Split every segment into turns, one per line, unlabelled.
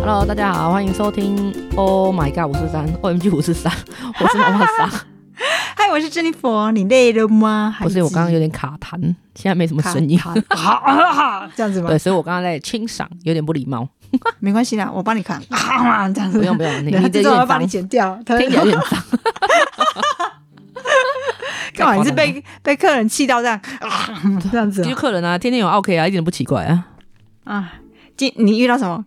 Hello，大家好，欢迎收听 Oh My God 五四三，OMG 五四三，我是妈妈 桑。
嗨，我是珍妮佛，你累了吗？
不是，我刚刚有点卡痰，现在没什么声音。
好 好这样子吗
对，？所以我刚刚在清嗓，有点不礼貌。
没关系啦，我帮 你看。啊，这样子
不用不用，你
对
你这
这
有
种我
点
要帮
脏
你，剪掉。他
听起来有点脏。
干嘛？你是
太夸张
被被客人气到这样 啊？这样子
了？就客人啊，天天有 OK 啊，一点都不奇怪啊。
啊？今你遇到什么？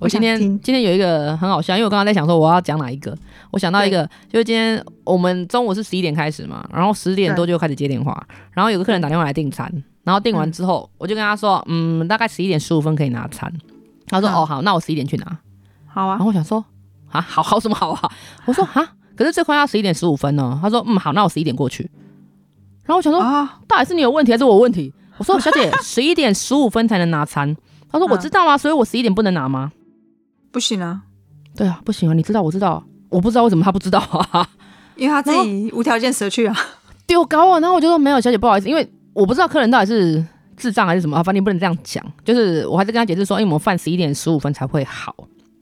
我今天
我想听
今天有一个很好笑，因为我刚刚在想说我要讲哪一个，我想到一个，就是今天我们中午是十一点开始嘛，然后十点多就开始接电话，然后有个客人打电话来订餐，然后订完之后，我就跟他说，嗯，大概十一点十五分可以拿餐，他说、
嗯
哦好，那我十一点去拿，
好
然
啊
后，我想说啊好好什么好啊，我 说啊可是最快要十一点十五分呢，他说嗯好，那我十一点过去，然后我想说
啊，
到底是你有问题还是我有问题？我说小 姐，十一点十五分才能拿餐。她说
嗯
我知道啊，所以我十一点不能拿吗？
不行啊，
对啊，不行啊，你知道我知道啊，我不知道为什么她不知道啊，
因为他自己无条件舍去啊。
丢高啊。然后我就说没有，小姐不好意思，因为我不知道客人到底是智障还是什么，啊反正你不能这样讲。就是我还是跟她解释说，因为哎我们饭十一点十五分才会好，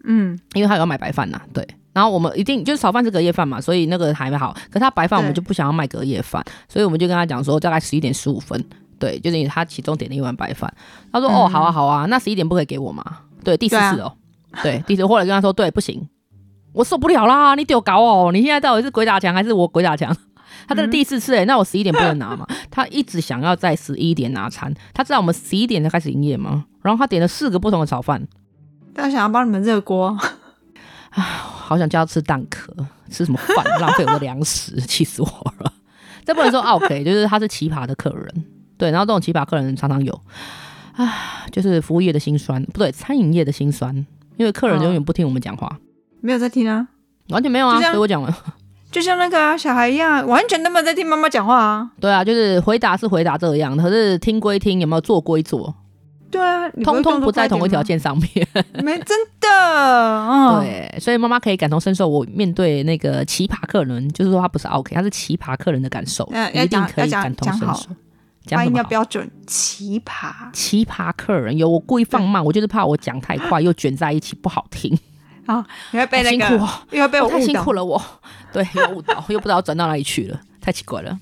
嗯，
因为她有要买白饭呐、对。然后我们一定就是炒饭是隔夜饭嘛，所以那个还好。可是她白饭我们
对
就不想要卖隔夜饭，所以我们就跟她讲说大概十一点十五分，对，就是她其中点了一碗白饭。她说、
嗯
哦，好啊好啊，那十一点不可以给我嘛？对，第四次哦，对，第四次或者跟她说对，不行，我受不了啦，你丢搞哦，你现在到底是鬼打墙还是我鬼打墙？ 她这个第四次哎、那我十一点不能拿嘛？ 她一直想要在十一点拿餐，她知道我们十一点才开始营业吗？然后她点了四个不同的炒饭，
他想要帮你们热锅，
好想叫他吃蛋壳，吃什么饭，浪费我的粮食，气死我了。 这不能说 OK，就是他是奇葩的客人，对，然后这种奇葩客人常常有，啊，就是服务业的辛酸，不对，餐饮业的辛酸，因为客人
嗯
永远不听我们讲话，
没有在听啊，
完全没有啊，
就这
所
样
以我讲了，
就像那个啊小孩一样，完全都没有在听妈妈讲话啊。
对啊，就是回答是回答这样，可是听归听，有没有做归做，
对啊，你
通
会
通
动作
不在
快点
同一条
吗，
线上 面。
没真的，嗯，
对，所以妈妈可以感同身受，我面对那个奇葩客人，就是说他不是 OK，他是奇葩客人的感受，
那
你
要
一定
讲
可以
要讲
感同身
讲好
受。讲
发
什
音
么
要
好？
标准，奇葩。
奇葩客人有，我故意放慢，我就是怕我讲太快又卷在一起不好听，
你会被
好
那
辛
个，
苦哦，
又会被
我
我
太辛苦
了。
了我，对，又误导，又不知道转到哪里去了，太奇怪了。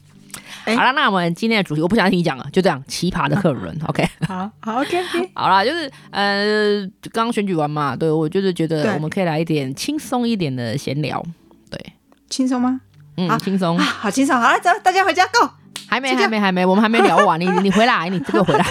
哎
好了，那我们今天的主题我不想听你讲了，就这样，奇葩的客 人，OK。
好好，OK OK，
好啦，就是呃，刚刚选举完嘛，对我就是觉得
对
我们可以来一点轻松一点的闲聊，
轻松吗？
嗯，
好
轻松
啊，。好轻松。好了，走，大家回家，Go。
还没，
这就
还没，还没，我们还没聊 完。你你回来，你这个回来，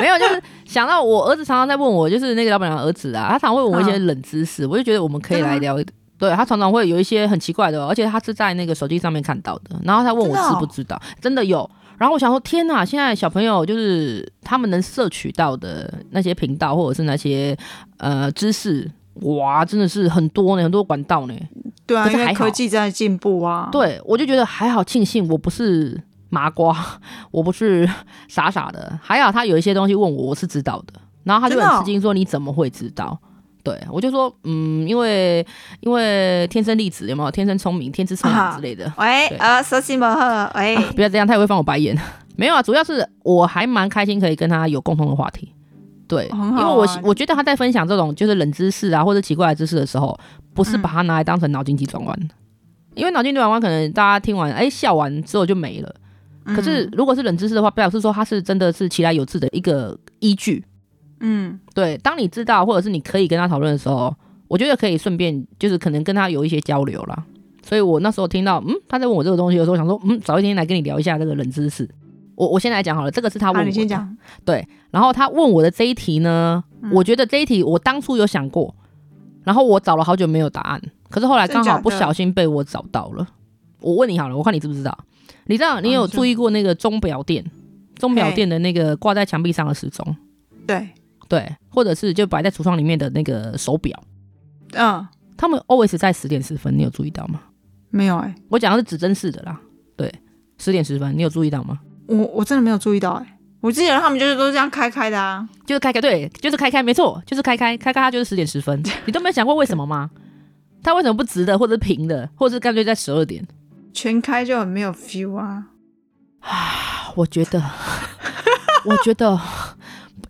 没有，就是想到我儿子常常在问我，就是那个老板娘的儿子啊，他常会问我一些
嗯
冷知识，我就觉得我们可以来聊。对他常常会有一些很奇怪的哦，而且他是在那个手机上面看到的，然后他问我
真的哦
知不知道，真的有。然后我想说，天哪！现在小朋友就是他们能摄取到的那些频道，或者是那些呃知识，哇，真的是很多呢，很多管道呢。
对
可
啊，
是
因为
还好
科技在进步啊。，
对，我就觉得还好，庆幸我不是麻瓜， 我不是傻傻的，还好他有一些东西问我，我是知道的，然后他就
真的
很
哦
吃惊说你怎么会知道？对，我就说，嗯，因为因为天生丽质有没有？天生聪明，天资聪颖
啊
之类的。
喂，
对
呃，哎蛇形魔鹤，喂，
啊不要这样，他也会翻我白眼。 没有啊，主要是我还蛮开心可以跟他有共同的话题。对，
很
因为
好
我
啊
我觉得他在分享这种就是冷知识啊或者奇怪的知识的时候，不是
嗯
把它拿来当成脑筋急转弯，因为脑筋急转弯可能大家听完哎笑完之后就没了。
嗯
可是如果是冷知识的话，表示说它是真的是其来有志的一个依据。
嗯，
对，当你知道或者是你可以跟他讨论的时候，我觉得可以顺便就是可能跟他有一些交流啦。所以我那时候听到，嗯，他在问我这个东西的时候，我想说，嗯，早一天来跟你聊一下这个冷知识。我我先来讲好了，这个是他
好，
问我、
啊你先。讲。嗯
然后他问我的这一题呢，我觉得这一题我当初有想过，然后我找了好久没有答案，可是后来刚好
真假的
不小心被我找到了。我问你好了，我看你知不知道？你知道你
好
有
你说
注意过那个钟表店，钟表
嘿
店的那个挂在墙壁上的时钟，
对，
对，或者是就摆在橱窗里面的那个手表，
嗯，
他们 always 在十点十分，你有注意到吗？
没有哎，
我讲的是指针式的啦，对，十点十分，你有注意到吗？
我我真的没有注意到哎，我记得他们就是都这样开开的啊。
就是开开，对，就是开开，没错，就是开开，开开，它就是十点十分， 你都没有想过为什么吗？它为什么不直的，或者是平的，或者是干脆在十二点？
全开就很没有 feel 啊，
啊 我觉得，我觉得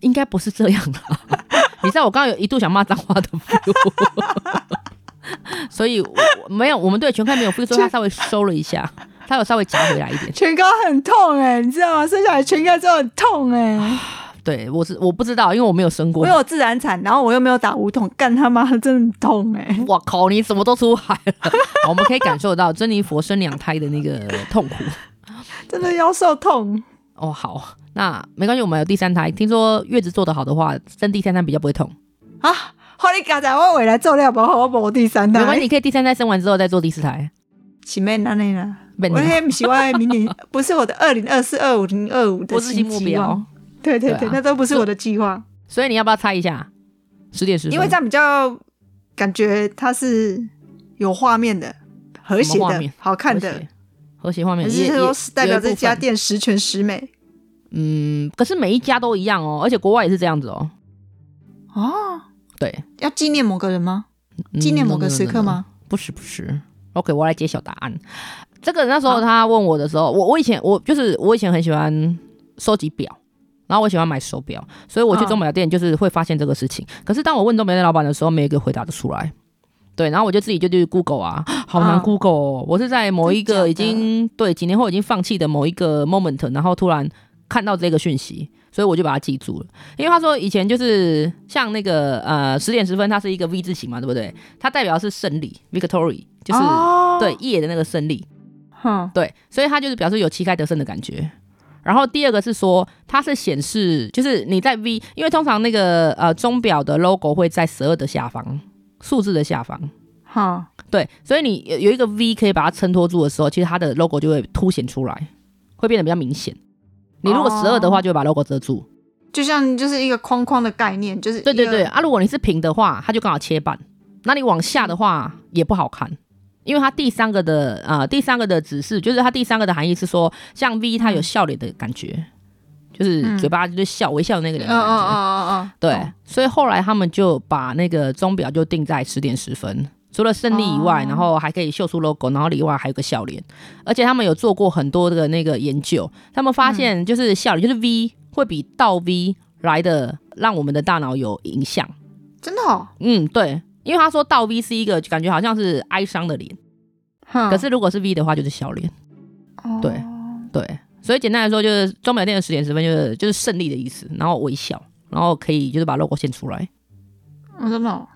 应该不是这样啦。你知道我刚刚有一度想骂脏话的 feel，所以我没有，我们对全开没有 feel，所以他稍微收了一下，他有稍微夹回来一点。
唇膏很痛哎、你知道吗？生小孩唇膏真的很痛哎、
对我是我不知道，因为我没有生 过
我。有自然产，然后我又没有打无痛，干他妈的真的很痛哎、
我靠，你怎么都出海了？好我们可以感受到珍妮佛生两胎的那个痛苦。
真的腰受痛。
哦，好，那没关系，我们有第三胎。听说月子做得好的话，生第三胎比较不会痛。
啊！好你刚才我回来做料包，我无第三
没关系，
胎。
你可以第三胎生完之后再做第四胎。
前面那里呢？
不然
我
你
那不是我的明年，不是我的二零二四、二五零二五的
我自己目
新期
标
望。。对对
对
对
啊，
那都不是我的计划，
所以你要不要猜一下？十点十分，
因为这样比较感觉它是有画面的、和谐
什么画
的
面、
好看的，
和谐画面，
还
也
是说是代表这
也有
家。
一部分
店十全十美
嗯，可是每一家都一样哦，而且国外也是这样子哦。
哦？
对，
要纪念某个人吗？
嗯
纪念某个时刻？
no, no, no, no,
吗？
no 不是不是，OK，我来揭晓答案。这个那时候他问我的时候，我我以前我就是我以前很喜欢收集表，然后我喜欢买手表，所以我去
嗯
钟表店就是会发现这个事情。可是当我问钟表店老板的时候，没有一个回答得出来。对，然后我就自己就去 Google 啊，好难
嗯
Google 哦。我是在某一
真假
个
的
已经对几年后已经放弃的某一个 moment，然后突然看到这个讯息，所以我就把它记住了。因为他说以前就是像那个呃十点十分，它是一个 V 字形嘛，对不对？它代表的是胜利 （victory），就是、嗯
哦
对，夜的那个胜利。
哼，
对，所以它就是表示有旗开得胜的感觉。然后第二个是说，它是显示就是你在 V，因为通常那个呃钟表的 logo 会在十二的下方，数字的下方。
哼，
对，所以你有有一个 V 可以把它衬托住的时候，其实它的 logo 就会凸显出来，会变得比较明显。你如果十二的话，就会把 logo 遮住。
就像就是一个框框的概念，就是
对对
一个
对，，啊，如果你是平的话，它就刚好切半。那你往下的话也不好看，因为它第三个的啊、呃第三个的指示就是它第三个的含义是说，像 V 它有笑脸的感觉，就是
嗯
嘴巴就是笑微笑的那个脸
嗯
的感
嗯
觉。
嗯嗯嗯，
对，
懂
所以后来他们就把那个钟表就定在十点十分，除了胜利以外，
哦
然后还可以秀出 logo，然后里外还有个笑脸，而且他们有做过很多的那个研究，他们发现就是笑脸、就是 V 会比倒 V 来的让我们的大脑有影响。
真的哦，
嗯，对，因为他说倒 V 是一个感觉好像是哀伤的脸，
哼
可是如果是 V 的话就是笑脸。对
哦
对，所以简单来说就是钟表店的十点十分就是就是胜利的意思，然后微笑，然后可以就是把 logo 献出来。
我真的哦，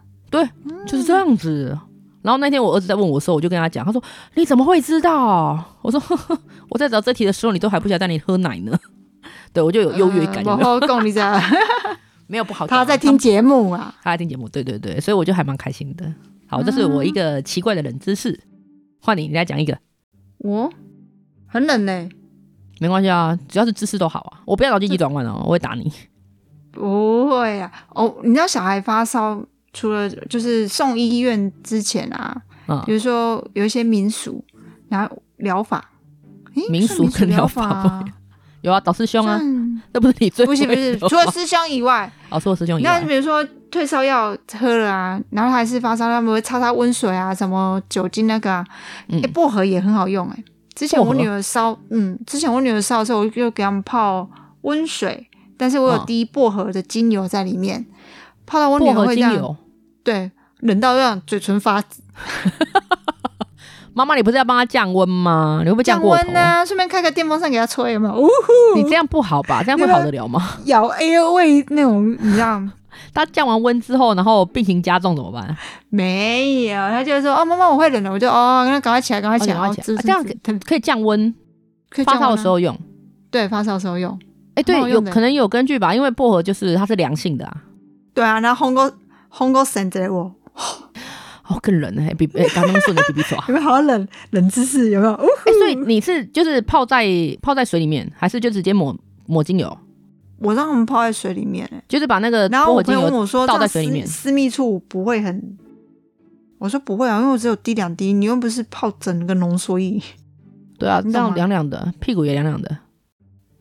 就是这样子。然后那天我儿子在问我的时候，我就跟他讲，他说：“你怎么会知道？”我说：“ 我在找这题的时候，你都还不想带你喝奶呢。”对，我就有优越感，有
嗯然
没有？
后共你在，
没有不好讲啊。
他在听节目啊，
他，他在听节目，对对对，所以我就还蛮开心的。好，这是我一个
嗯
奇怪的冷知识。换你，你来讲一个，哦
我哦很冷呢，
没关系啊，只要是知识都好啊。我不要脑筋急转弯哦，我会打你。
不会啊，哦，你知道小孩发烧，除了就是送医院之前啊，
嗯
比如说有一些民俗，然后疗法，诶
民
算
俗跟疗
疗
法
啊
有啊，导师兄啊，
算
那不是你最
不是不
会
是，
的
除了
吗
师兄以外，
哦，除了师兄以
那
外，
比如说退烧药喝了啊，然后他还是发烧，他们会擦擦温水啊，什么酒精那个啊，
嗯
诶薄荷也很好用哎、之前
薄
我
荷
女儿烧，嗯，之前我女儿烧的时候，我就给他们泡温水，但是我有
嗯
滴薄荷的精油在里面，泡到我女
薄
儿
荷
会
精
这样，
油。
对，冷到让嘴唇发紫
妈妈，你不是要帮他降温吗？你会不会
降
过
温
头？
啊，顺便开个电风扇给她吹，有没 有？呜，
你这样不好吧？这样会好得了吗？
咬 air 味那种，你知道吗？
他降完温之后，然后病情加重怎么办？
没有，她就说哦，妈妈我会冷了，我就哦，那赶快起来，赶快起来，
哦赶快
哦
起来
这
啊这样可以降温，
可以
发
降温
烧
啊
的时候用。
对，发烧的时候用。
哎、对
蛮好，
有
用的
可能有根据吧，因为薄荷就是它是凉性的啊。
对啊，然后烘过烘过绳子我，
哦，更冷哎、比哎，刚刚 顺的比比手啊。
有没有好冷冷知识？有没有？哦呜
哎、所以你是就是泡在泡在水里面，还是就直接抹抹精油？
我让他们泡在水里面、欸，
就是把那个
然后
薄荷
我
精
朋友问
油
我说，
倒在
这样
水里
私
面
私密处不会很。我说不会啊，因为我只有滴两滴，你又不是泡整个浓缩液，
对啊，这
你懂吗
样凉凉的，屁股也凉凉的。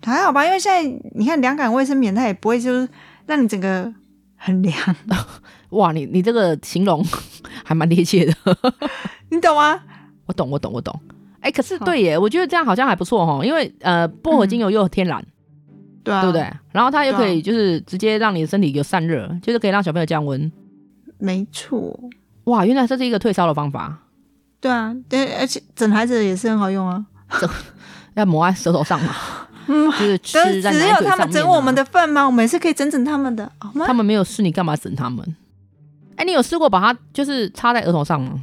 还好吧？因为现在你看凉感卫生棉，它也不会就是让你整个很凉，
哇，你你这个形容还蛮贴切的。
你懂吗？
我懂，我懂，我懂。哎、可是
好
对耶，我觉得这样好像还不错哦，因为呃，薄荷精油又天然，
对啊，
对不对？然后它又
对啊
可以就是直接让你的身体有散热，就是可以让小朋友降温。
没错，
哇，原来这是一个退烧的方法，
对啊，对，而且整孩子也是很好用啊。
要抹在舌头上嘛，
嗯，
就是
但
吃
是
在
只
奶
有
嘴
他
上面、啊
们整我们，的份吗？我们也是可以整整他们的，好吗
他？们没有试，你干嘛整他们？哎，你有试过把它就是插在额头上吗？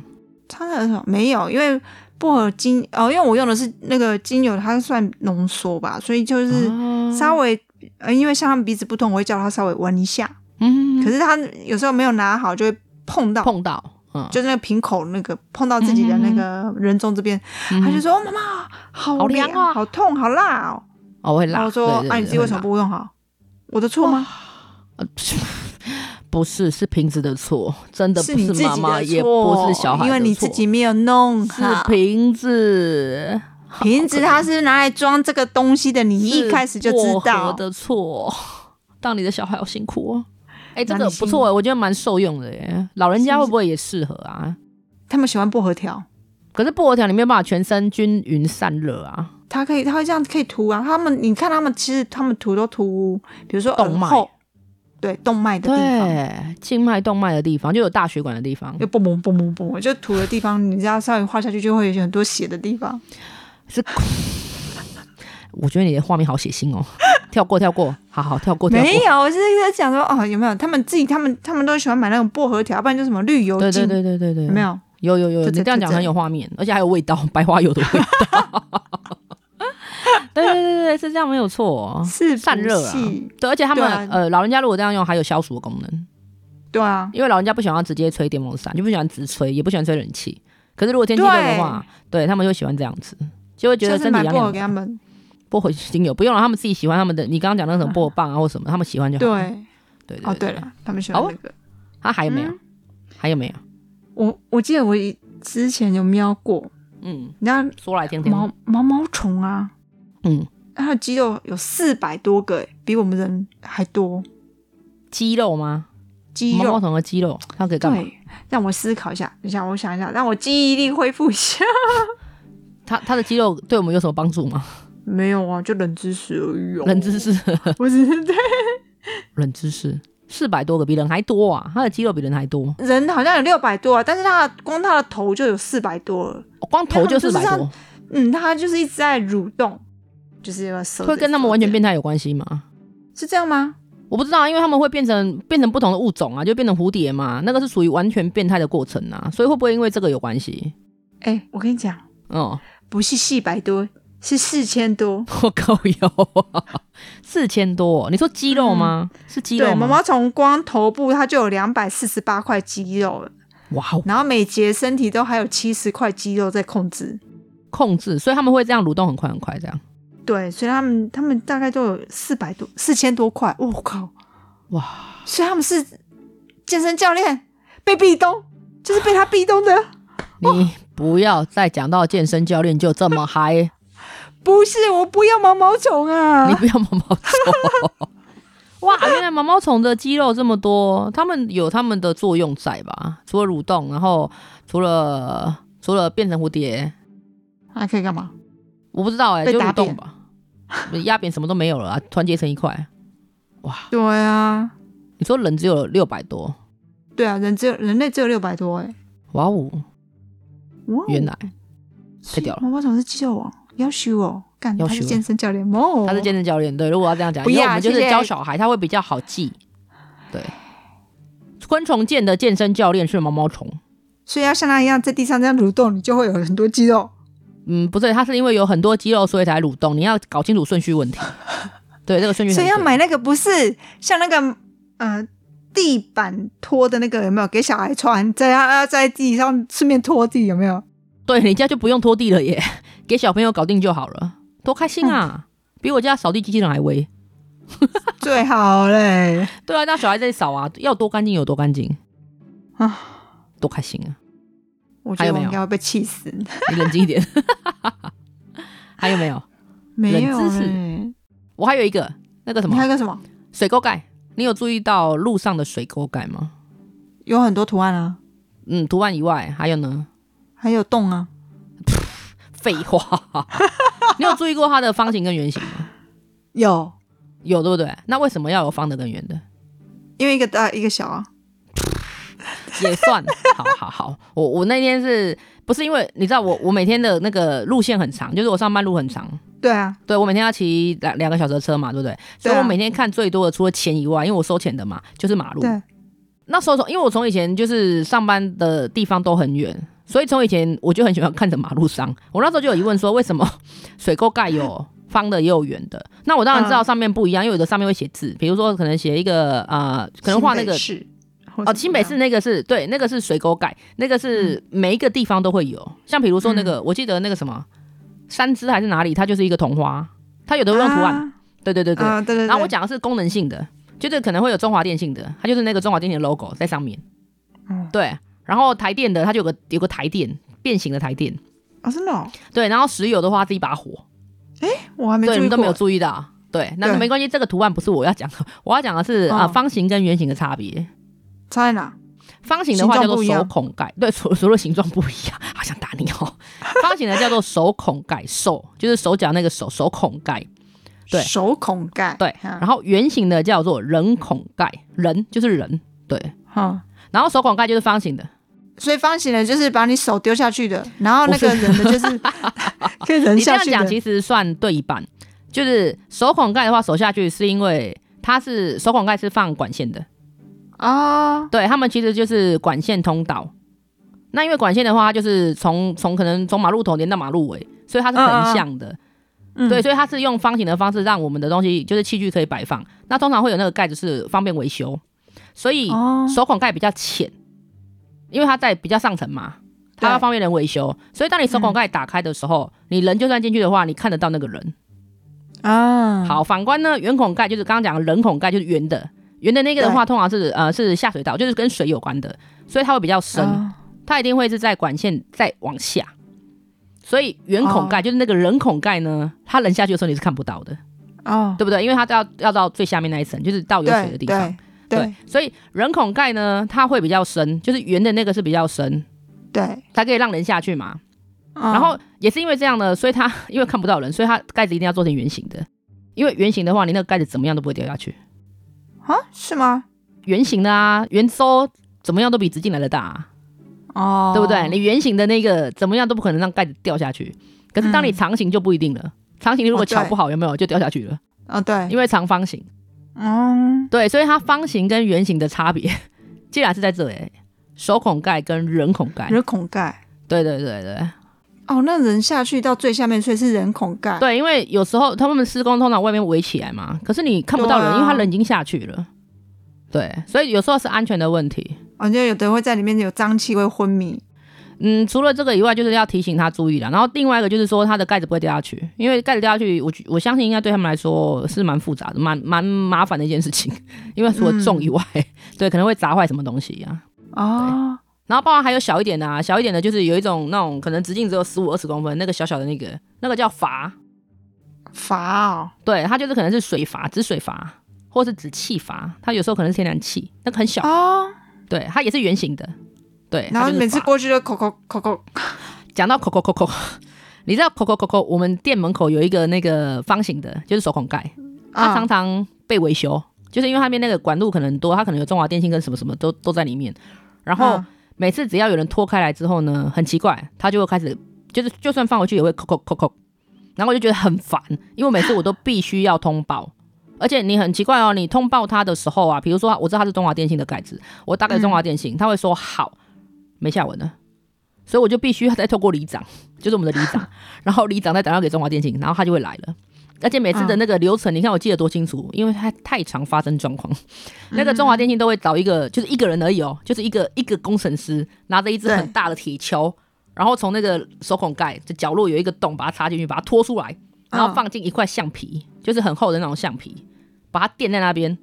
擦在耳朵没有，因为薄荷精哦，因为我用的是那个精油，它算浓缩吧，所以就是
啊
稍微、呃，因为像他们鼻子不同，我会叫他稍微闻一下，
嗯，
可是他有时候没有拿好，就会碰到，
碰到，嗯，
就是那个瓶口那个碰到自己的那个人中这边，
嗯
他就说：“哦，妈妈，好
好凉
凉
啊
好痛，好辣哦。
哦会”
然
拉，
后我说
对：“
啊，你自己为什么？不用好？我的错吗？
对对会拉呃不是，是瓶子的错，真的不
你自己
妈
的
妈，
错，
也不是小孩的错，
因为你自己没有弄好
是瓶子，
瓶子，它是拿来装这个东西的，你一
是
开始就知
薄
道
荷。的错，让你的小孩好辛苦哦。哎，这
那
个
你
不
信
错哎，我觉得蛮受用的耶。老人
是
家
不
会
是
不会也适合啊？
他们喜欢薄荷条，
可是薄荷条你没有办法全身均匀散热啊，
它可以，它会这样可以涂啊。他们，你看他们，其实他们涂都涂，比如说
动
耳
脉
后，对动脉的地方，
对，静脉动脉的地方就有大血管的地方
就，嘣嘣嘣嘣嘣，就涂的地方，你知道稍微画下去就会有很多血的地方。
是。我觉得你的画面好血腥哦，跳过跳过，好好跳过跳过
没。有，我是在讲说哦，有没有他们自己，他们他们都喜欢买那种薄荷条，不然就什么绿油
对
精，
对对对对对，
有没有？
有有有，
对
你
对
这样
对
讲
对
很有画面，而且还有味道，白花油的味道。 对对对对，是这样没有错、哦。
是
散
不
热啊
是
对，而且他们、
对啊
呃，老人家如果这样用，还有消暑的功能，
对啊，
因为老人家不喜欢要直接吹电风扇，就不喜欢直吹，也不喜欢吹冷气。可是如果天气热的话，对他们就喜欢这样子，就会觉得
下次
身体
买
凉
薄
凉
荷给
的。
他们。
薄荷精油不用了，他们自己喜欢他们的。你刚刚讲那个什么薄荷棒啊，或什么，他们喜欢就好。
对，
对对
哦对，了，他们喜欢
好啊
那个。
他还有没有
嗯？
还有没有？
我我记得我之前有瞄过，
嗯，
你知道
说来听听。
毛毛毛虫啊，
嗯，
它的肌肉有四百多个，比我们人还多。
肌肉吗？
肌
毛毛
肉
虫的肌肉，它可以干嘛？
对，让我思考一下，等一下我想一下，让我记忆力恢复一下。
它它的肌肉对我们有什么帮助吗？
没有啊，就冷知识而已、哦。
冷知，识，
我只是对
冷知识，四百多个比人还多啊！它的肌肉比人还多，
人好像有六百多啊，但是它的光它的头就有四百多了。
光头就
因
四百
为他们就是这样
多，
嗯，它就是一直在蠕动，就是有手指
会跟他们完全变态有关系吗？
是这样吗？
我不知道，因为他们会变成变成不同的物种啊，就变成蝴蝶嘛，那个是属于完全变态的过程啊，所以会不会因为这个有关系？
哎、我跟你讲，
哦，
不是四百多，是四千多。
我靠有四千多哦、你说肌肉吗？是肌
对，
肉
毛
吗？
毛虫光头部它就有两百四十八块肌肉了，
哇哦，
然后每节身体都还有七十块肌肉在控制。
控制，所以他们会这样蠕动很快很快这样。
对，所以他们他们大概都有四百多四千多块，我、靠！
哇，
所以他们是健身教练被壁咚，就是被他壁咚的。
你不要再讲到健身教练就这么嗨。
不是，我不要毛毛虫啊
你！不要毛毛虫。 哇，原来毛毛虫的肌肉这么多，它们有它们的作用在吧？除了蠕动，然后除了除了变成蝴蝶，啊
还可以干嘛？
我不知道哎、
被
就
打
蠕动
扁
吧，压扁什么都没有了、啊，团结成一块。哇，
对啊，
你说人只有六百多，
对啊，人只有人类只有六百多哎、
哇哦，
哇哦
原来
所以
屌了
毛毛虫是肌肉王，要修哦，干，
要
他是
修
健身教练哦，
他是健身教练，对，如果要这样讲，
不
因为
要
我们就是
谢谢
教小孩，他会比较好记。对，昆虫界的健身教练是毛毛虫。
所以要像他一样在地上这样蠕动，你就会有很多肌肉。
嗯，不是，它是因为有很多肌肉，所以才蠕动。你要搞清楚顺序问 题。对，这个顺序
所
很
以
对。
要买那个不是像那个呃地板拖的那个有没有给小孩穿，在他要在地上顺便拖地有 没有？
对你家就不用拖地了耶，给小朋友搞定就好了，多开心啊！
嗯
比我家扫地机器人还威。
最好嘞，
对啊，让小孩在扫啊，要多干净有多干净
啊
啊，多开心啊！
我觉
还有
得
没
我
有
应该会被气死。
你冷静一点。 还有没有？
没有
冷知识
嘞，
我还有一个那个什
你还
么
有个什么？
水沟盖，你有注意到路上的水沟盖吗？
有很多图案啊，
嗯，图案以外还有呢？
还有洞啊，
废话，你有注意过它的方形跟圆形吗？
有
有对不对？那为什么要有方的跟圆 的？
因为一个大一个小啊，
也算，好好好，我我那天是不是因为你知道我我每天的那个路线很长，就是我上班路很长，
对啊，
对我每天要骑两两个小时的车嘛，对不对？所以
对啊
我每天看最多的除了钱以外，因为我收钱的嘛，就是马路。
对，
那时候从因为我从以前就是上班的地方都很远，所以从以前我就很喜欢看着马路上。我那时候就有疑问说，为什么 水沟盖有方的也有圆的？那我当然知道上面不一样，因为有的上面会写字，比如说可能写一个呃，可能画那个
新北市
哦，新北市，那个是对，那个是水沟盖，那个是
嗯
每一个地方都会有。像比如说那个，我记得那个什么三芝还是哪里，它就是一个桐花，它有的
都
会用图案，对对对对。
啊啊，对对。
然后我，讲的是功能性的，就是可能会有中华电信的，它就是那个中华电信的 logo 在上面。
嗯
对，然后台电的它就有个有个台电变形的台电，
哦，真的哦，
对，然后石油的话是一把火，
我还没
对，
注
你们
意
都没有
过，
注意到。对，那
对
没关系，这个图案不是我要讲的，我要讲的是啊、
哦
方形跟圆形的差别。
差在哪？
方形的话
形
叫
状
做
不一样
手孔盖，对，除除了形状不一样，好想打你 哦。方形的叫做手孔盖，手就是手脚那个手，手孔盖。对
手孔盖，啊
对，然后圆形的叫做人孔盖，人就是人，对。
哈，
然后手孔盖就是方形的，
所以方形的就是把你手丢下去的，然后那
不
个人的就是 可以人
你这
下
样
去
讲
的，
其实算对一半。就是手孔盖的话，手下去是因为它是手孔盖是放管线的，
啊，
对他们其实就是管线通道。那因为管线的话，它就是从从可能从马路头连到马路尾，所以它是横向的。
嗯
对，，所以它是用方形的方式让我们的东西，就是器具可以摆放。那通常会有那个盖子是方便维修，所以
哦，
手孔盖比较浅，因为它在比较上层嘛，它要
对嗯
方便人维修。所以当你手孔盖打开的时候，你人就算进去的话，你看得到那个人。
啊，，
好，反观呢，圆孔盖就是刚刚讲的人孔盖，就是圆的。圆的那个的话，通常是呃是下水道，就是跟水有关的，所以它会比较深，
哦
它一定会是在管线再往下。所以圆孔盖、就是那个人孔盖呢，它人下去的时候你是看不到的。
哦，
对不对？因为它要要到最下面那一层，就是到有水的
对
地方。
对对
所以人孔盖呢，它会比较深，就是圆的那个是比较深，
对，哦
才可以让人下去嘛。
然
然后也是因为这样呢，所以它 因为看不到人，所以它盖子一定要做成圆形的，因为圆形的话，你那个盖子怎么样都不会掉下去。
啊，是吗？
圆形的啊，圆周怎么样都比直径来的大、啊，
哦，
对不对？你圆形的那个怎么样都不可能让盖子掉下去。可是当你
嗯
长形就不一定了，长形如果
哦对
巧不好，有没有就掉下去了？
啊，对，
因为长方形。
嗯，
对，所以它方形跟圆形的差别， 竟然是在这里、手孔盖跟人孔盖。
人孔盖，
对对对对
哦，那人下去到最下面，所以是人孔盖，
对，因为有时候他们施工通常外面围起来嘛，可是你看不到人，
对啊
因为他人已经下去了。对，所以有时候是安全的问题。
哦，就有的人会在里面有脏气，会昏迷，
嗯，除了这个以外，就是要提醒他注意了。然后另外一个就是说，它的盖子不会掉下去，因为盖子掉下去，我我相信应该对他们来说是蛮复杂的、蛮蛮麻烦的一件事情，因为除了重以外，对可能会砸坏什么东西啊。
哦，
然后包含还有小一点的啊，小一点的就是有一种那种可能直径只有十五二十公分那个小小的那个，那个叫阀，
阀哦，
对，它就是可能是水阀、止水阀，或是止气阀，它有时候可能是天然气，那个很小，
哦，
对，它也是圆形的，对。
然
它
后
就是
每次
阀
过去就口口口口，
讲到口口口口， 你知道口口口口，我们店门口有一个那个方形的，就是手孔盖，它常
啊，
常被维修，就是因为它面那个管路可能多，它可能有中华电信跟什么什么都都在里面，然后。
啊
每次只要有人拖开来之后呢，很奇怪，他就会开始，就是就算放回去也会扣扣扣扣，然后我就觉得很烦，因为每次我都必须要通报，而且你很奇怪哦，你通报他的时候啊，比如说我知道他是中华电信的盖子，我打给中华电信，他会说好，没下文了。所以我就必须再透过里长， 就是我们的里长，然后里长再打电话给中华电信，然后他就会来了。而且每次的那个流程，你看我记得多清楚，因为它太常发生状况。那个中华电信都会找一个，就是一个人而已哦，就是一个一个工程师拿着一只
对
很大的铁锹，然后从那个手孔盖的角落有一个洞，把它插进去，把它拖出来，然后放进一块橡皮，就是很厚的那种橡皮，把它垫在那边，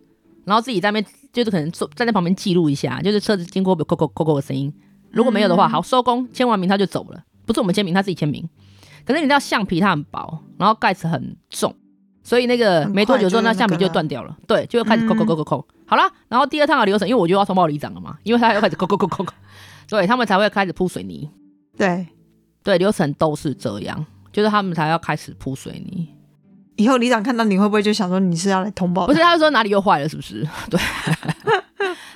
然后自己在那边就是可能坐站在旁边记录一下，就是车子经过会有扣扣扣扣的声音，如果没有的
嗯
话，好收工，签完名他就走了，不是我们签名，他自己签名。可是你知道橡皮它很薄，然后盖子很重，所以那个
很
没多
快
久之后，
就
那
那
橡皮
个
就
了嗯
断掉了，对，就会开始扣扣扣扣扣。好啦，然后第二趟的流程，因为我就要通报里长了嘛，因为他要开始扣扣扣扣扣，对他们才会开始铺水泥，
对，
对，流程都是这样，就是他们才要开始铺水泥。
以后里长看到你会不会就想说你是要来通报
不
的？
是，他就说哪里又坏了，是不是？ 对，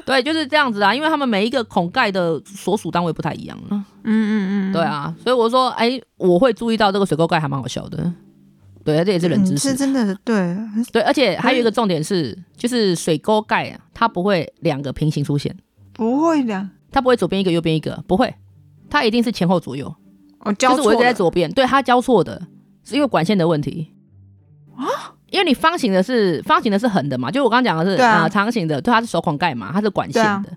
对，就是这样子啊，因为他们每一个孔盖的所属单位不太一样啊，
嗯嗯嗯，
对啊，所以我说，哎、我会注意到这个水沟盖还蛮好笑的，对，这也是冷知
嗯，
识
是，哎真的对，
对，而且还有一个重点是，就是水沟盖啊，它不会两个平行出现，
不会的，
它不会左边一个右边一个，不会，它一定是前后左右，
我交
就是
错
我一直在
了。
左边，对，它交错的，是因为管线的问题啊。因为你方形的是方形的是横的嘛，就我刚刚讲的是
对啊
呃长形的，对，它是手孔盖嘛，它是管线的。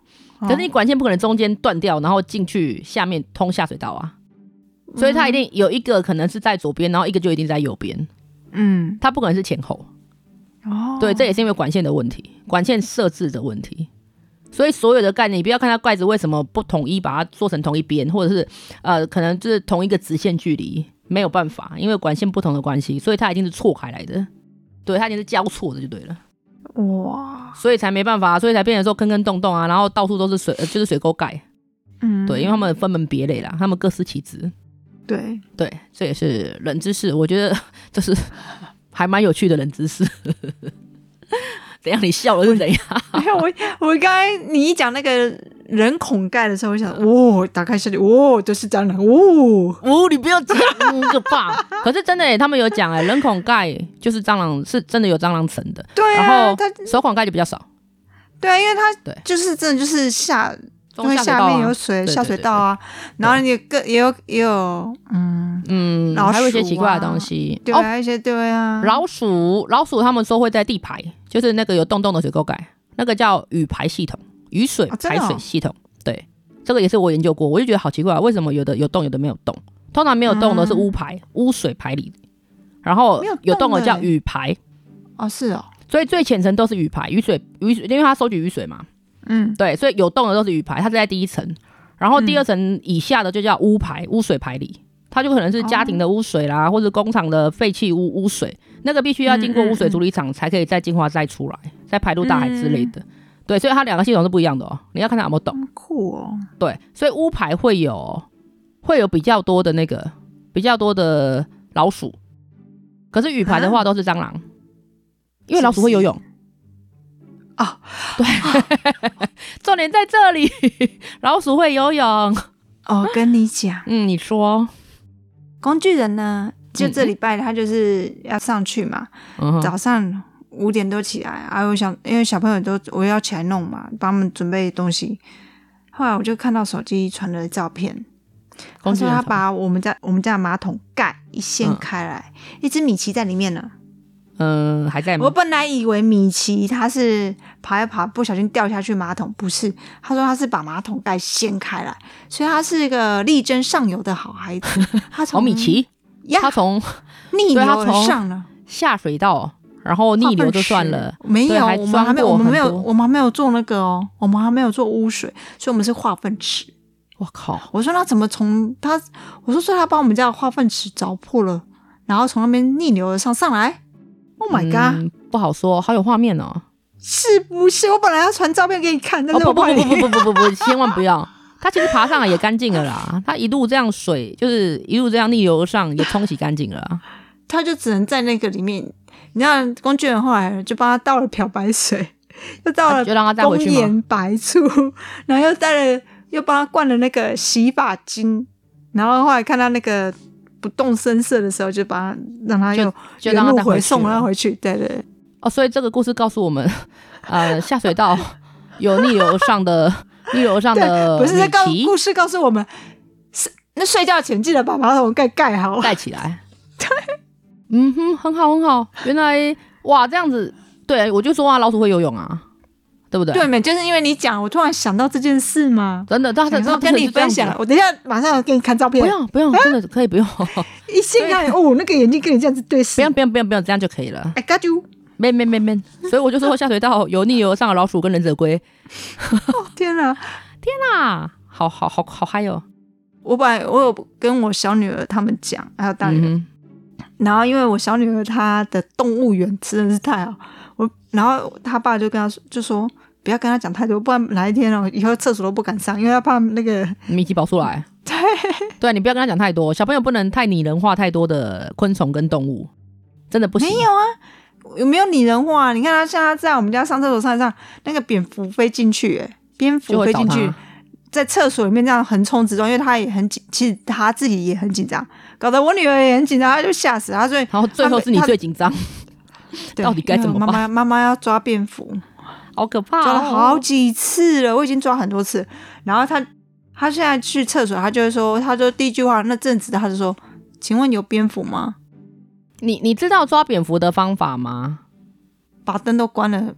可
哦
是你管线不可能中间断掉，然后进去下面通下水道啊，
哦
所以它一定有一个可能是在左边，然后一个就一定在右边，
嗯
它不可能是前后。
哦，
对，这也是因为管线的问题，管线设置的问题。所以所有的概念，你不要看它盖子为什么不统一，把它做成同一边，或者是呃，可能就是同一个直线距离，没有办法，因为管线不同的关系，所以它一定是错开来的，对，它一定是交错的就对了，
哇，
所以才没办法，所以才变成说坑坑洞洞啊，然后到处都是水，呃就是水沟盖，
嗯，
对，因为他们分门别类啦，他们各司其职，
对
对，这也是冷知识，我觉得这是 还蛮有趣的冷知识。 怎样？你笑了是怎样？
没有我，我刚才你一讲那个人孔盖的时候，我想，哦，打开视力，哦，都是蟑螂，哦，
哦，你不要讲，嗯，可怕。 可是真的耶，他们有讲哎，人孔盖就是蟑螂，是真的有蟑螂层的。
对
然
啊，
后
它
手孔盖就比较少，
对啊，因为它
对
就是真的就是下，因
中
为
下水
下
道
面
啊
有。水
对
下
对
水
对
道啊，然后也更也有也有嗯，
嗯，
老鼠啊
还有一些奇怪的东西。
对
哦，
啊，一些对啊，
老鼠，老鼠他们说会在地排，就是那个有洞洞的水沟盖，那个叫雨排系统，雨水
哦真
排
的哦
水系统。对，这个也是我研究过，我就觉得好奇怪，为什么有的有洞，有的没有洞？通常没有洞的是污排，污水排里，然后
啊没有
有洞的
洞
叫
欸
雨排。
哦是哦，
所以最浅层都是雨排，雨水雨水，因为它收集雨水嘛，
嗯
对，所以有洞的都是雨排，它是在第一层，然后第二层以下的就叫污排，污水排里，它就可能是家庭的污水啦，或者工厂的废弃污污水，那个必须要经过
嗯嗯
污水
嗯
处理厂才可以再净化再出来，再排入大海之类的。对，所以它两个系统是不一样的哦，你要看它有没有洞。
酷哦，
对，所以屋排会有会有比较多的那个比较多的老鼠，可是雨排的话都是蟑螂，因为老鼠会游泳。
啊，
对， 重点在这里， 老鼠会游泳。啊
哦，跟你讲，
嗯，你说，
工具人呢，就
嗯
这礼拜他就是要上去嘛，
嗯哼，
早上五点多起来，啊，我想因为小朋友都我要起来弄嘛，帮他们准备东西。后来我就看到手机传的照片，他
工具
说
人
他
手
把我们家我们家的马桶盖一掀开来，一只米奇在里面呢。
嗯还在
我
吗？
本来以为米奇它是爬一爬不小心掉下去马桶，不是，他说他是把马桶盖掀开来，所以他是一个力争上游的好 孩子。他从
好米奇，
呀
他从
逆流
对他
而
从
上了。
下水道，然后逆流就算
化
了
粪，池没
对
有，
还
我们还没
钻
有，
过
我们没有，
很多
我们还没有做那个哦，我们还没有做污水，所以我们是化粪池。
我靠，
我说那怎么从他，我说所以他把我们家的化粪池凿破了，然后从那边逆流而上上来。Oh my god！、
嗯不好说，好有画面哦。
是不是？我本来要传照片给你看，但
哦
是我
不不
怕
不
你
不不不不不，千万不要！它其实爬上来也干净了啦，它一路这样水就是一路这样逆流而上也冲洗干净了 啦。
他就只能在那个里面。你看，工具人后来就帮他倒了漂白水， 又倒
啊
了
就让他带回
工
去吗
研白醋，然后又带了又帮他灌了那个洗发精，然后后来看他那个不动声色的时候，就把他让他又
就让他
原
带
路
回
回
去
送他
了
回去。对对，对
哦，所以这个故事告诉我们，呃，下水道有逆流而上的逆流而上的
不是在告
米奇
故事告诉我们，是那睡觉前记得把马桶盖盖好。
盖起来。对，嗯哼，很好很好。原来哇，这样子，对我就说啊，老鼠会游泳啊，对不对？
对，没，就是因为你讲，我突然想到这件事嘛。
真的，他
想
他
说
他
跟你分享，，我等一下马上给你看照片
啊不。用不用，真的可以不 用，不
一掀开，哦，那个眼睛跟你这样子对视，哎
用不用不用不用，这样就可以了。
I got you！
没没没没，所以我就说下水道有逆流上的老鼠跟忍者龟
天哪、
啊，好好好好嗨哦！
我本来我有跟我小女儿他们讲，还有大女儿，
嗯
然后因为我小女儿她的动物园真的是太好，我然后她爸就跟她说，就说不要跟她讲太多，不然哪一天哦，以后厕所都不敢上，因为她怕那个
哼，米奇跑出来，
对
对你不要跟他讲太多，小朋友不能太拟人化太多的昆虫跟动物，真的不行。
没有啊，有没有拟人化、啊？你看他像他在我们家上厕所上一上，那个蝙蝠飞进去、欸，
就
蝙蝠
会
飞
找
进去
他，
在厕所里面这样横冲直撞，因为他也很紧，其实他自己也很紧张，搞得我女儿也很紧张，她就吓死了，她所以
然后最后是你
他
最紧张，
对
到底该怎么
因为妈
办
妈妈妈要抓蝙蝠，
好可怕、哦！
抓了好几次了，我已经抓很多次了。然后他他现在去厕所，他就会说，他就第一句话那阵子他就说：“请问有蝙蝠吗
你你知道抓蝙蝠的方法吗？？”
把灯都关了，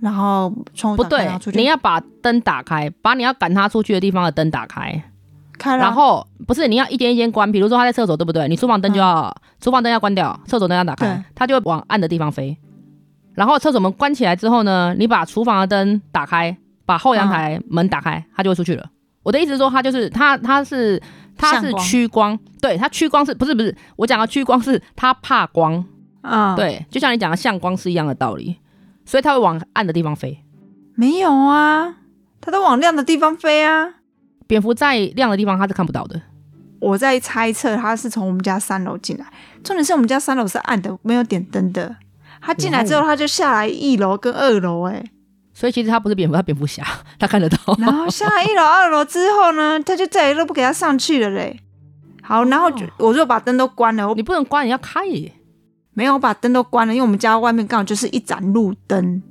然后窗户
不
打开
对
然后出，去
你要把灯打开，把你要赶它出去的地方的灯打开，
开了，
然后不是你要一间一间关。比如说它在厕所，对不对？你厨房灯就要、厨房灯要关掉，厕所灯要打开
嗯对，
它就会往暗的地方飞。然后厕所门关起来之后呢，你把厨房的灯打开，把后阳
嗯
台门打开，它就会出去了。我的意思是说，它就是它它是它是
向光
趋光，对，它趋光是不是不是？我讲的趋光是它怕光，
嗯，，
对，就像你讲的向光是一样的道理，所以它会往暗的地方飞。
没有啊，他都往亮的地方飞啊。
蝙蝠在亮的地方它是看不到的，
我在猜测他是从我们家三楼进来，重点是我们家三楼是暗的，没有点灯的。他进来之
哦
后，他就下来一楼跟二楼、欸，
所以其实它不是蝙蝠，它蝙蝠侠，它看得到。
然后下来一楼、二楼之后呢，他就再也都不给他上去了嘞。好，然后就
哦
我就把灯都关了，我
你不能关，你要开耶。
没有我把灯都关了，因为我们家外面刚好就是一盏路灯，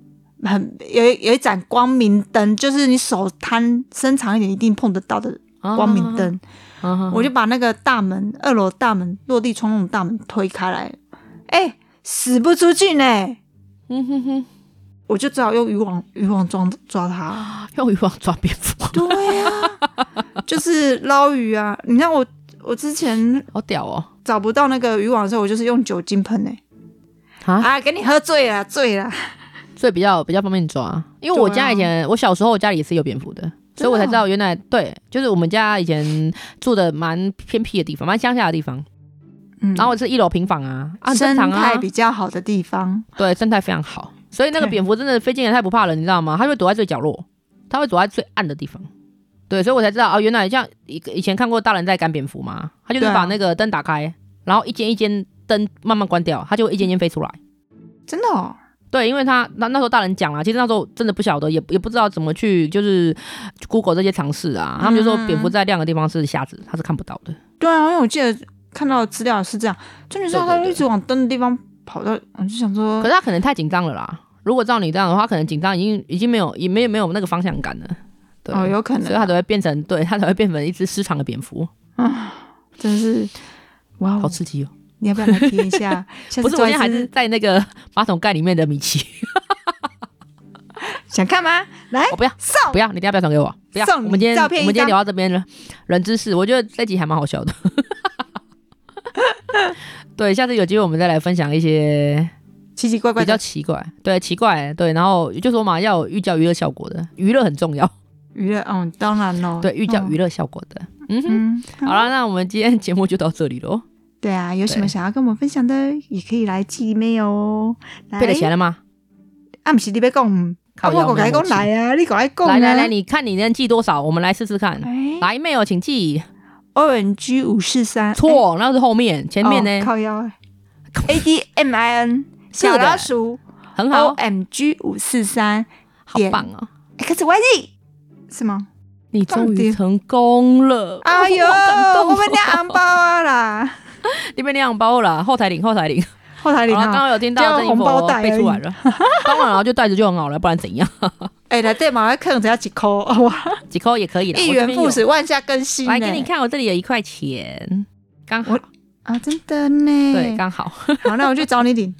很有有一盏光明灯，就是你手摊伸长一点一定碰得到的光明灯。
啊，啊
我就把那个大门，二楼大门落地窗户大门推开来，哎、死不出去呢，
嗯哼哼，
我就只好用渔网渔网装抓他。
用渔网抓蝙蝠，
对呀、 就是捞鱼啊！你看我，我之前
好屌哦！
找不到那个渔网的时候，我就是用酒精喷欸诶、
啊，
啊，给你喝醉了，醉了。
所以比较比较方便抓，因为我家以
啊
前、我小时候我家里也是有蝙蝠的。所以我才知道，原来对，就是我们家以前住的蛮偏僻的地方，蛮乡下的地方。
嗯，
然后是一楼平房啊，啊，很
生
正常啊
态，比较好的地方，
对，生态非常好。所以那个
对
蝙蝠真的飞进来太不怕了，你知道吗？它会躲在最角落，它会躲在最暗的地方。对，所以我才知道哦，原来像以以前看过大人在赶蝙蝠嘛，他就是
对啊
把那个灯打开，然后一间一间灯慢慢关掉，它就会一间间飞出来。
真的哦。
对，因为他那那时候大人讲啊啦，其实那时候真的不晓得，也也不知道怎么去就是 Google 这些尝试啊。他们就说
嗯
蝙蝠在亮的地方是瞎子，它是看不到的。
对啊，因为我记得看到的资料是这样，重点是
对对
他
对
一直往灯的地方跑到，我就想说
可是，他可能太紧张了啦。如果照你这样的话，他可能紧张已经已经没有也没有没有那个方向感了。对，
哦，有可能
所以
啊、
它才会变成对，它才会变成一只失常的蝙蝠，
真是哇
好
哦！
刺激哦！
你要不要来听一下？下
不
次
是，我
抓
现
一
在还是
只，
在那个 马桶盖里面的米 奇。
想看吗？来
哦我不要，
送
不要，你等一下不要传给我，不要。
哦送你
我们今天
照片一
我们今天
张
聊到这边了，冷知识，我觉得这集还蛮好笑的。 对，下次有机会我们再来分享一些
奇奇怪怪
比较
的
奇怪，对奇怪，对，然后就说嘛，要有寓教于乐效果的，娱乐很重要，
娱乐，嗯，当然喽，
对，寓教
嗯
于乐效果的，嗯哼，
嗯，
好了，那我们今天节目就到这里喽，
对啊，有什么
对
想要跟我们分享的，也可以来寄 email 哦。来
背得起来了吗？
啊，不是你要讲，啊，
靠腰
我
没
讲
有
讲
默契
来啊，你讲来讲啊。
来来来，你看你能记多少，我们来试试看。
哎
来，mail 请记
，ONG 五四三，哎，
错，那是后面，前面
哦
呢？
靠腰，ADMIN
是的
小老鼠
很好，
OMG 五四三
好
哦点
棒哦！
X Y Z 是吗？
你终
放
于
点
成功了！
哎呦，
我好感动哦、
我们领红包啊啦，
你被两包了，后台领，后台领。 好
后台领
了，刚
啊。
刚有听
这
到
样
这一
红包袋
波背出来
而已
了，当然了，就带着就很好了，不然怎样？
哎，来对嘛，坑只要几扣哇，
几扣也可以了。
一
我这
元
边
复
有
始，万象更新呢。
来给你哦看，我这里有一块钱，刚好
我，啊，真的呢。
对，，刚好。
好，那我去找你领。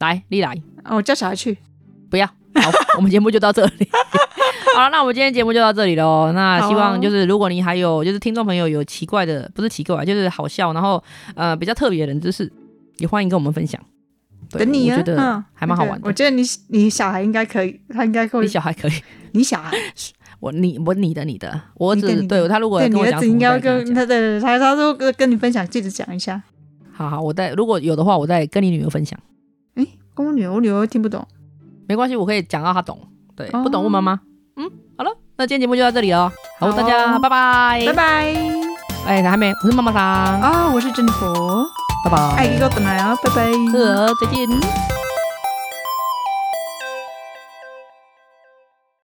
来，丽来，
啊我叫小孩去。
不要。好，我们节目就到这里。 好了，那我们今天节目就到这里喽。那
好啊
希望就是，如果你还有就是听众朋友有奇怪的，不是奇怪，啊就是好笑，然后呃比较特别的人知识，也欢迎跟我们分享。对
等你
我
啊，
觉得还蛮好玩
对
的。
我觉得你你小孩应该可以，他应该会
你。小孩可以，
你小孩，
我你我你的你的，我儿
你的你
子
的
对他如果
对
跟
你
我
儿
讲
子
什
应
么，
该
我再
会
跟
跟
你讲
他对，他他都跟跟你分享，记得讲一下。
好好，我再如果有的话，我再跟你女儿分享，
哎，跟我女儿，我女儿听不懂。
没关系，我可以讲到她懂，对，
哦
不懂问妈妈。嗯，好了，那今天节目就到这里了，好，
好哦
大家拜拜，
拜。拜。
哎，还没，我是妈妈桑。
啊，我是珍妮佛。
拜拜。
哎，给我等来啊，拜拜。
呃，再见。